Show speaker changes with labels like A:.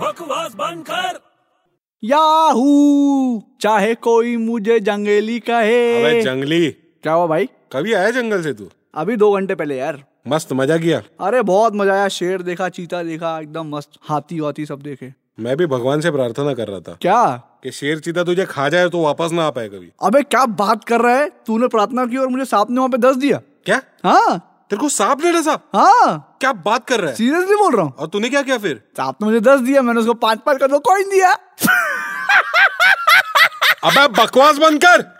A: बकवास बंद कर
B: याहू चाहे कोई मुझे जंगली
C: अबे
B: कहे
C: जंगली
B: क्या हुआ भाई
C: कभी आया जंगल से तू
B: अभी दो घंटे पहले यार
C: मस्त मजा किया
B: अरे बहुत मजा आया शेर देखा चीता देखा एकदम मस्त हाथी वाथी सब देखे
C: मैं भी भगवान से प्रार्थना कर रहा था
B: क्या
C: कि शेर चीता तुझे खा जाए तो वापस ना आ पाए कभी
B: अबे क्या बात कर रहा है तूने प्रार्थना की और मुझे सांप ने वहां पे दस दिया
C: क्या
B: हाँ
C: तेरे को सांप ने डसा
B: हाँ
C: क्या बात कर रहा है
B: सीरियसली बोल रहा हूँ
C: और तूने क्या किया फिर
B: सांप ने मुझे दस दिया मैंने तो उसको पांच पांच का दो कॉइन दिया
C: अबे बकवास बंद कर